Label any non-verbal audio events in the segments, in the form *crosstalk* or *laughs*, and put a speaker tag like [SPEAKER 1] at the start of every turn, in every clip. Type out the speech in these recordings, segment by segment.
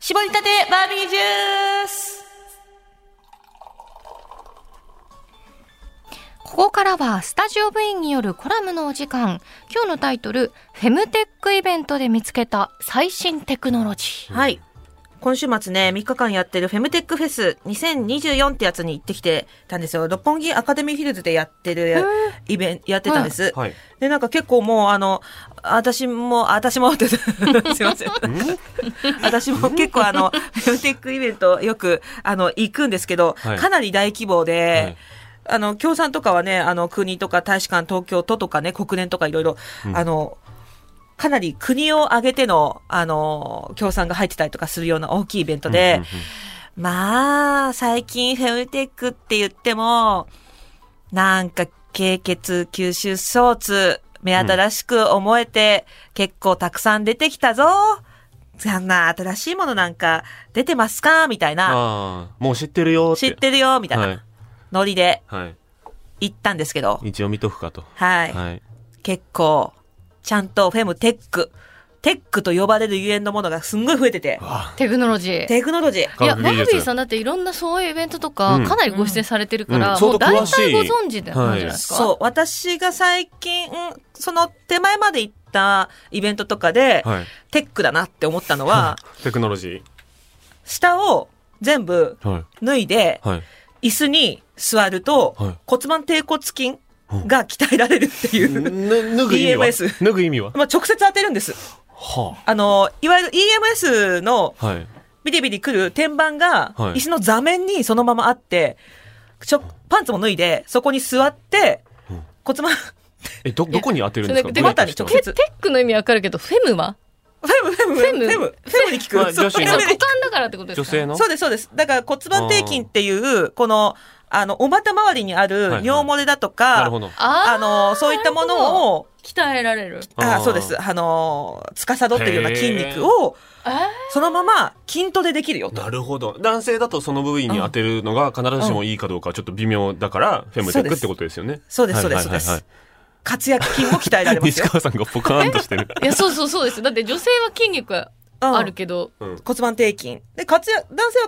[SPEAKER 1] 絞りたてバービージュースここからはスタジオ部員によるコラムのお時間。今日のタイトル、フェムテックイベントで見つけた最新テクノロジー。
[SPEAKER 2] はい。今週末ね、3日間やってるフェムテックフェス2024ってやつに行ってきてたんですよ。六本木アカデミーヒルズでやってるやイベント、やってたんです。
[SPEAKER 3] はい
[SPEAKER 2] で、なんか結構もうあの、私も、私もって、すい *laughs* ません。私も結構あの、フェムテックイベントよく、あの、行くんですけど、
[SPEAKER 3] はい
[SPEAKER 2] かなり大規模で、あの、協賛とかはね、あの、国とか大使館、東京都とかね、国連とかいろいろ、あの、かなり国を挙げての、あの、協賛が入ってたりとかするような大きいイベントで、まあ、最近フェムテックって言っても、なんか、経血吸収相通、目新しく思えて、結構たくさん出てきたぞ。そんな新しいものなんか出てますかみたいな。
[SPEAKER 3] ああ、もう知ってるよって。
[SPEAKER 2] 知ってるよみたい
[SPEAKER 3] はい
[SPEAKER 2] な。ノリで
[SPEAKER 3] はい。
[SPEAKER 2] 行ったんですけど。
[SPEAKER 3] 一応見とくかと。
[SPEAKER 2] はい。
[SPEAKER 3] はい。
[SPEAKER 2] 結構、ちゃんとフェムテック、テックと呼ばれるゆえんのものがすんごい増えてて、
[SPEAKER 1] テクノロジー。
[SPEAKER 2] テクノロジー。
[SPEAKER 3] 科
[SPEAKER 1] いや、
[SPEAKER 3] 学
[SPEAKER 1] バ
[SPEAKER 3] 技
[SPEAKER 1] ー
[SPEAKER 3] 術
[SPEAKER 1] ビーさんだっていろんなそういうイベントとか、
[SPEAKER 3] うん
[SPEAKER 1] かなりご出演されてるから、
[SPEAKER 3] うん
[SPEAKER 1] もう
[SPEAKER 3] 相当
[SPEAKER 1] 大
[SPEAKER 3] 詳しい
[SPEAKER 1] 体ご存知でなんじゃないですか。
[SPEAKER 2] そう、私が最近、その手前まで行ったイベントとかで、
[SPEAKER 3] はい。
[SPEAKER 2] テックだなって思ったのは、
[SPEAKER 3] テクノロジ
[SPEAKER 2] 下を全部
[SPEAKER 3] ー。はい。
[SPEAKER 2] 脱いで、
[SPEAKER 3] はい。
[SPEAKER 2] 椅子に座ると、
[SPEAKER 3] はい
[SPEAKER 2] 骨盤底骨筋が鍛えられるっていう、
[SPEAKER 3] ぬ脱ぐ意味は
[SPEAKER 2] DMS
[SPEAKER 3] 脱ぐ意味は
[SPEAKER 2] *laughs* まあ直接当てるんです。
[SPEAKER 3] は
[SPEAKER 2] あの、いわゆる EMS の
[SPEAKER 3] あ。はい。
[SPEAKER 2] ビリビリ来る天板が、
[SPEAKER 3] はい
[SPEAKER 2] 椅子の座面にそのままあって、ちょ、パンツも脱いで、そこに座って、骨盤、
[SPEAKER 3] え、ど、どこに当てるんですか
[SPEAKER 1] それで
[SPEAKER 3] ブレーキ
[SPEAKER 2] 股に
[SPEAKER 3] したの
[SPEAKER 2] 直
[SPEAKER 1] テ
[SPEAKER 2] 接
[SPEAKER 1] テックの意味わかるけど、フェムは
[SPEAKER 2] フェム、フェム、フェム、フェム、フェムに
[SPEAKER 3] まあ
[SPEAKER 2] 聞く。そう
[SPEAKER 3] 女
[SPEAKER 2] フ
[SPEAKER 3] 子
[SPEAKER 2] ェム
[SPEAKER 1] そう
[SPEAKER 3] の
[SPEAKER 1] 股
[SPEAKER 2] に
[SPEAKER 1] 間だからってことです
[SPEAKER 3] 女
[SPEAKER 1] か
[SPEAKER 3] 性の
[SPEAKER 2] そうです、そうです。だから骨盤底筋っていう、この、あの、お股周りにあ
[SPEAKER 3] い
[SPEAKER 2] る
[SPEAKER 3] はい
[SPEAKER 2] 尿漏れだとか、
[SPEAKER 3] なるほど。
[SPEAKER 1] あ
[SPEAKER 2] あの、そういったもの
[SPEAKER 1] を
[SPEAKER 2] を、
[SPEAKER 1] 鍛えられる。
[SPEAKER 3] あ
[SPEAKER 2] あ
[SPEAKER 3] ー
[SPEAKER 2] そうです。あの、司ってるような筋肉を、
[SPEAKER 1] あ
[SPEAKER 2] そのまま筋トレできるよと。
[SPEAKER 3] なるほど。男性だとその部位に当てるのが必ずしもいいかどうかはちょっと微妙だから、フェムテックってことですよね。
[SPEAKER 2] そうです
[SPEAKER 3] はいはい
[SPEAKER 2] そうです
[SPEAKER 3] はいはい
[SPEAKER 2] 活躍筋も鍛えられます
[SPEAKER 3] *laughs* 西
[SPEAKER 2] よ。
[SPEAKER 3] 川さんがポカーンとしてる。
[SPEAKER 1] ーいや、そうそうそうです。だって女性は筋肉
[SPEAKER 2] うん
[SPEAKER 1] あるけど、
[SPEAKER 3] うん
[SPEAKER 2] 骨盤底筋。で、活躍、男性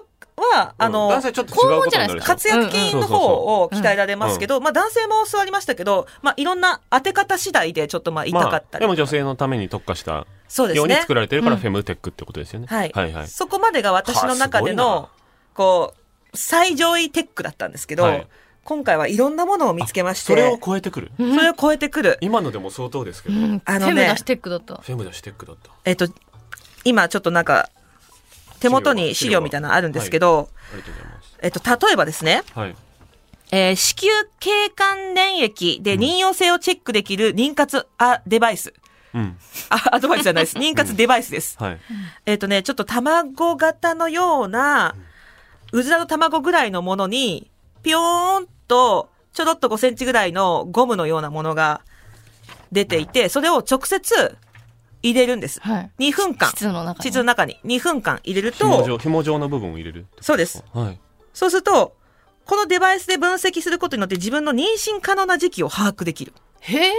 [SPEAKER 2] は、あの、
[SPEAKER 3] 男性ちょっと違うことになるんですよ
[SPEAKER 2] 活躍筋の方を鍛えられますけど、まあ男性も座りましたけど、まあいろんな当て方次第でちょっとまあ痛かったり
[SPEAKER 3] まあ、でも女性のために特化した
[SPEAKER 2] そうで
[SPEAKER 3] よ
[SPEAKER 2] す
[SPEAKER 3] うに
[SPEAKER 2] ね。
[SPEAKER 3] 作られてるからフェムテックってことですよね。
[SPEAKER 2] はい、
[SPEAKER 3] はいはい。
[SPEAKER 2] そこまでが私の中での
[SPEAKER 3] は、
[SPEAKER 2] こう、最上位テックだったんですけど、
[SPEAKER 3] はい
[SPEAKER 2] 今回はいろんなものを見つけまして、
[SPEAKER 3] それを超えてくる。
[SPEAKER 2] それを超えてくる。
[SPEAKER 3] 今のでも相当ですけど。
[SPEAKER 1] うん、
[SPEAKER 2] あのね
[SPEAKER 1] フェムなしテックだった。
[SPEAKER 3] フェムだしテックだった。
[SPEAKER 2] えっと、今ちょっとなんか、手元に資料みたいなのあるんですけど、
[SPEAKER 3] ありがとうございます。
[SPEAKER 2] えっと、例えばですね、
[SPEAKER 3] はい。
[SPEAKER 2] えー子宮頸管粘液で妊用性をチェックできる妊活あデバイス。
[SPEAKER 3] うん。
[SPEAKER 2] あ、アドバイスじゃないです。妊活デバイスです。
[SPEAKER 3] はい。
[SPEAKER 2] えっ、とね、ちょっと卵型のような、うずらの卵ぐらいのものに、ぴょーんと、ちょろっと5センチぐらいのゴムのようなものが出ていて、それを直接入れるんです。
[SPEAKER 1] はい。
[SPEAKER 2] 2分間。
[SPEAKER 1] 膣の中に
[SPEAKER 2] 膣の中に2分間入れる
[SPEAKER 3] 紐状、
[SPEAKER 2] と、
[SPEAKER 3] 紐状の部分を入れる。
[SPEAKER 2] そうです。
[SPEAKER 3] はい。
[SPEAKER 2] そうすると、このデバイスで分析することによって自分の妊娠可能な時期を把握できる。
[SPEAKER 1] へえ、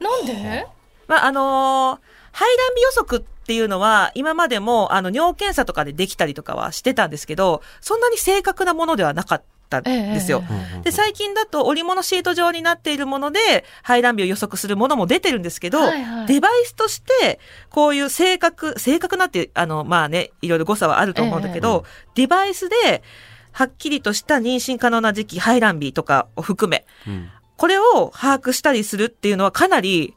[SPEAKER 1] なんで
[SPEAKER 2] まあ、あのー排卵日予測っていうのは、今までも、あの、尿検査とかでできたりとかはしてたんですけど、そんなに正確なものではなかったんですよ。
[SPEAKER 1] ええ
[SPEAKER 3] うんうんうん
[SPEAKER 2] で、最近だと織物シート状になっているもので、排卵日を予測するものも出てるんですけど、
[SPEAKER 1] はいはい
[SPEAKER 2] デバイスとして、こういう正確、正確なって、あの、まあね、いろいろ誤差はあると思うんだけど、デバイスで、はっきりとした妊娠可能な時期、排卵日とかを含め、
[SPEAKER 3] うん
[SPEAKER 2] これを把握したりするっていうのはかなり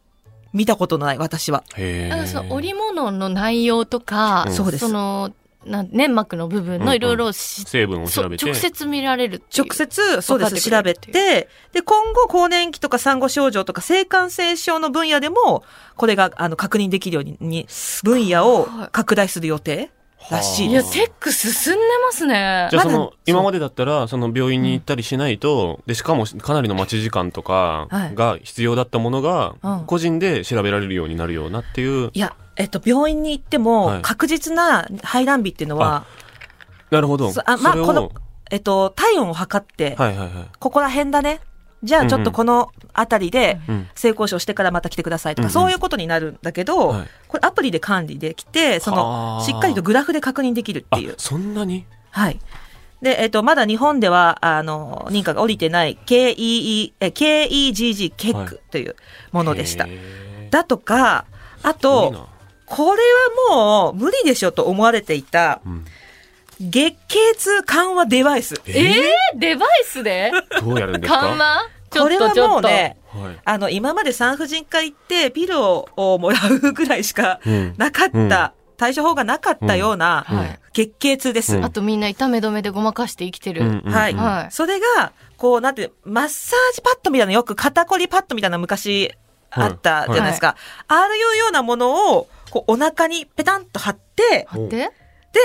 [SPEAKER 2] 見たことのない、私は。
[SPEAKER 3] へえ。
[SPEAKER 1] なんかその織物の内容とか、
[SPEAKER 3] うん
[SPEAKER 2] そうです
[SPEAKER 1] その、なん粘膜の部分のいろいろし
[SPEAKER 3] 成分を
[SPEAKER 1] そ
[SPEAKER 3] 調
[SPEAKER 1] う
[SPEAKER 3] べて。
[SPEAKER 1] 直接見られるっていう
[SPEAKER 2] 直接、そうで
[SPEAKER 1] 分かってくれるっ
[SPEAKER 2] す、調
[SPEAKER 1] て
[SPEAKER 2] べて、で、今後、更年期とか産後症状とか性感染症の分野でも、これが、あの、確認できるように、に分野を拡大する予定らしい
[SPEAKER 1] い
[SPEAKER 2] で
[SPEAKER 1] や、
[SPEAKER 2] す。
[SPEAKER 1] テック進んでますね
[SPEAKER 3] じゃ。あそ
[SPEAKER 2] まだそ
[SPEAKER 3] の
[SPEAKER 2] う、
[SPEAKER 3] 今までだったら、その病院に行ったりしないと、で、しかもかなりの待ち時間とか
[SPEAKER 2] はい
[SPEAKER 3] が必要だったものが
[SPEAKER 2] うん、
[SPEAKER 3] 個人で調べられるようになるようなっていう。
[SPEAKER 2] いや、えっと、病院に行って
[SPEAKER 3] は
[SPEAKER 2] も
[SPEAKER 3] い、
[SPEAKER 2] 確実な排卵日っていうのは、
[SPEAKER 3] なるほど。
[SPEAKER 2] そあまあ、
[SPEAKER 3] それを
[SPEAKER 2] この、えっと、体温を測って、
[SPEAKER 3] はいはいはい。
[SPEAKER 2] ここら辺だね。じゃあちょっとこの辺りで
[SPEAKER 3] うん
[SPEAKER 2] 性交渉してからまた来てくださいとか、
[SPEAKER 3] うん
[SPEAKER 2] そういうことになるんだけど、
[SPEAKER 3] はい
[SPEAKER 2] これアプリで管理できて、そ
[SPEAKER 3] は
[SPEAKER 2] の、
[SPEAKER 3] あ
[SPEAKER 2] しっかりとグラフで確認できるって
[SPEAKER 3] あ
[SPEAKER 2] いう。
[SPEAKER 3] そんなに
[SPEAKER 2] はい。で、えっ、と、まだ日本では、あの、認可が下りてない KEE、え KEGG、ケックというものでした。
[SPEAKER 3] へー
[SPEAKER 2] だとか、あ
[SPEAKER 3] すごいな
[SPEAKER 2] と、これはもう無理でしょと思われていた、
[SPEAKER 3] うん
[SPEAKER 2] 月経痛緩和デバイス。
[SPEAKER 1] え
[SPEAKER 3] え
[SPEAKER 1] ー、デバイスで
[SPEAKER 3] ーどうやるんです
[SPEAKER 1] 緩
[SPEAKER 3] か
[SPEAKER 1] 和ちょ
[SPEAKER 2] こ
[SPEAKER 1] っ
[SPEAKER 2] れ
[SPEAKER 1] と
[SPEAKER 2] は
[SPEAKER 1] ちょ
[SPEAKER 2] も
[SPEAKER 1] っ
[SPEAKER 2] う
[SPEAKER 1] と。
[SPEAKER 2] ね、
[SPEAKER 3] はい
[SPEAKER 2] あの、今まで産婦人科行ってピルをもらうぐらいしか
[SPEAKER 3] うん
[SPEAKER 2] なかった、
[SPEAKER 3] うん
[SPEAKER 2] 対処法がなかったような
[SPEAKER 3] うん
[SPEAKER 1] はい
[SPEAKER 2] 月経痛です。
[SPEAKER 3] うん
[SPEAKER 1] あとみんな痛め止めでごまかして生きてる。
[SPEAKER 3] うんうん
[SPEAKER 2] はい、
[SPEAKER 3] うん
[SPEAKER 1] はい
[SPEAKER 2] それが、こう、なんていう、マッサージパッドみたいな、よく肩こりパッドみたいな昔
[SPEAKER 3] はい
[SPEAKER 2] あったじゃないですか。ああいうようなものを、こう、お腹にペタンと貼って、
[SPEAKER 1] 貼って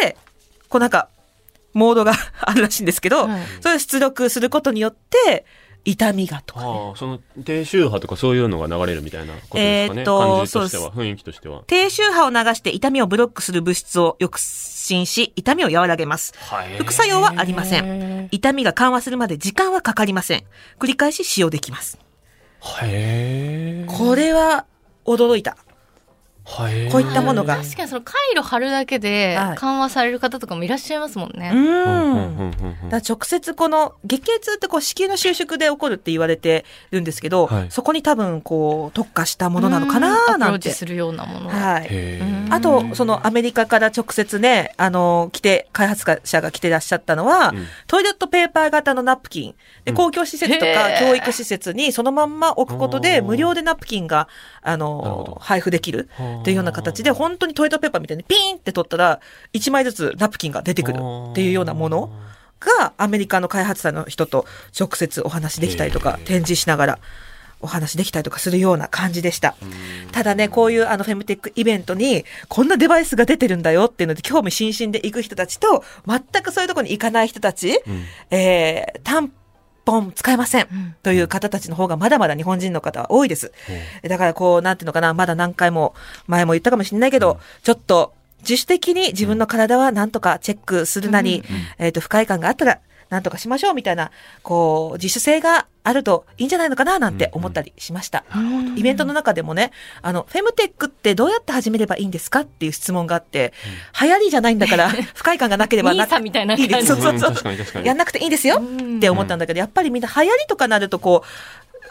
[SPEAKER 2] で、こうなんか、モードがあるらしいんですけど、
[SPEAKER 1] はい
[SPEAKER 2] それを出力することによって、痛みがとか、ね。
[SPEAKER 3] ああ、その低周波とかそういうのが流れるみたいなことですかね。
[SPEAKER 2] えーっと
[SPEAKER 3] 感じとして
[SPEAKER 2] そう
[SPEAKER 3] は、雰囲気としては。
[SPEAKER 2] 低周波を流して痛みをブロックする物質を抑進し、痛みを和らげます。副作用はありませ
[SPEAKER 3] ん。
[SPEAKER 2] 痛みが緩和するまで時間はかかりません。繰り返し使用できます。
[SPEAKER 3] へえ。
[SPEAKER 2] これは驚いた。
[SPEAKER 3] はい。
[SPEAKER 2] こういったものが
[SPEAKER 1] 確かにその回路貼るだけで
[SPEAKER 2] はい
[SPEAKER 1] 緩和される方とかもいらっしゃいますもん
[SPEAKER 2] う
[SPEAKER 1] ね。
[SPEAKER 3] うん。うんん。うん。うん
[SPEAKER 2] だから直接この月経痛ってこう子宮の収縮で起こるって言われてるんですけど、
[SPEAKER 3] はい
[SPEAKER 2] そこに多分こう特化したものなのか
[SPEAKER 1] うん
[SPEAKER 2] な
[SPEAKER 1] アプロ
[SPEAKER 2] な
[SPEAKER 1] ー
[SPEAKER 2] んて
[SPEAKER 1] チ。するようなもの。
[SPEAKER 2] はい。
[SPEAKER 3] へ
[SPEAKER 1] う
[SPEAKER 3] え。
[SPEAKER 1] ん
[SPEAKER 2] あと、そのアメリカから直接ね、あの、来て、開発者が来てらっしゃったのは、
[SPEAKER 3] うん
[SPEAKER 2] トイレットペーパー型のナプキン。で、
[SPEAKER 3] うん
[SPEAKER 2] 公共施設と
[SPEAKER 1] へ
[SPEAKER 2] か
[SPEAKER 1] ー
[SPEAKER 2] 教育施設にそのまんま置くことで、
[SPEAKER 3] おー
[SPEAKER 2] 無料でナプキンが、あ
[SPEAKER 3] なるほど
[SPEAKER 2] の、配布できる
[SPEAKER 3] はあ
[SPEAKER 2] っていうような形で、本当にトイレットペーパーみたいにピーンって取ったら、1枚ずつナプキンが出てくるっていうようなもの。がアメリカの開発者の人と直接お話できたりとか
[SPEAKER 3] へー
[SPEAKER 2] 展示しながらお話できたりとかするような感じでした。ただね、こういうあのフェムテックイベントにこんなデバイスが出てるんだよっていうので興味津々で行く人たちと全くそういうところに行かない人たち、
[SPEAKER 3] うん
[SPEAKER 2] えー、タンポン使えません
[SPEAKER 1] うん
[SPEAKER 2] という方たちの方がまだまだ日本人の方は多いです。だからこう、なんていうのかな、まだ何回も前も言ったかもしれないけど、ちょっと自主的に自分の体はなんとかチェックするなり、えっ、と、不快感があったら、なんとかしましょうみたいな、こう、自主性があるといいんじゃないのかななんて思ったりしました。
[SPEAKER 1] うん
[SPEAKER 2] イベントの中でもね、あの、フェムテックってどうやって始めればいいんですかっていう質問があって、流行りじゃないんだから、不快感がなければな
[SPEAKER 1] 兄さんみたいな
[SPEAKER 2] く
[SPEAKER 1] 感
[SPEAKER 2] いい
[SPEAKER 1] じ
[SPEAKER 2] です。そうそう
[SPEAKER 3] うん確
[SPEAKER 2] そ
[SPEAKER 3] かに確か
[SPEAKER 2] う。
[SPEAKER 3] に
[SPEAKER 2] やんなくていいんですよって思ったんだけど、やっぱりみんな流行りとかなるとこ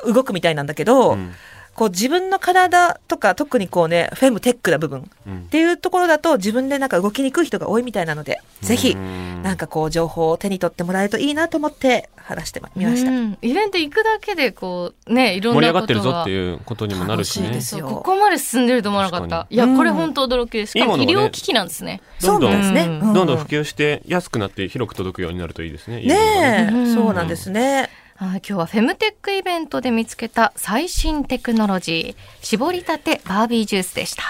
[SPEAKER 2] う、動くみたいなんだけど、
[SPEAKER 3] うん
[SPEAKER 2] こう自分の体とか特にこうね、フェムテックな部分っ
[SPEAKER 3] うん
[SPEAKER 2] ていうところだと自分でなんか動きにくい人が多いみたいなので、ぜひ、
[SPEAKER 3] うん
[SPEAKER 2] なんかこう情報を手に取ってもらえるといいなと思って話してみました。
[SPEAKER 1] うんイベント行くだけでこうねいろん
[SPEAKER 3] 盛
[SPEAKER 1] な
[SPEAKER 3] り上が
[SPEAKER 1] こ
[SPEAKER 3] ってる
[SPEAKER 1] と
[SPEAKER 3] ぞ
[SPEAKER 1] が
[SPEAKER 3] っていうことにもなるし
[SPEAKER 2] 楽しい
[SPEAKER 3] ね
[SPEAKER 2] で。す
[SPEAKER 1] そう
[SPEAKER 2] よ
[SPEAKER 1] ここまで進んでると思わなかっ
[SPEAKER 3] 確
[SPEAKER 1] た
[SPEAKER 3] か
[SPEAKER 1] いや
[SPEAKER 2] うん
[SPEAKER 1] これ本当驚きですしかも
[SPEAKER 3] い
[SPEAKER 1] 医
[SPEAKER 3] いものがね
[SPEAKER 1] 療機器なんですね
[SPEAKER 2] そうなんですね。
[SPEAKER 1] どん
[SPEAKER 2] う
[SPEAKER 1] ど
[SPEAKER 2] う
[SPEAKER 3] どんどん普及して安くなって広く届くようになるといいですね。いいものが
[SPEAKER 2] ねえ、
[SPEAKER 1] うん
[SPEAKER 2] そうなんですね。
[SPEAKER 1] あー今日はフェムテックイベントで見つけた最新テクノロジー絞りたてバービージュースでした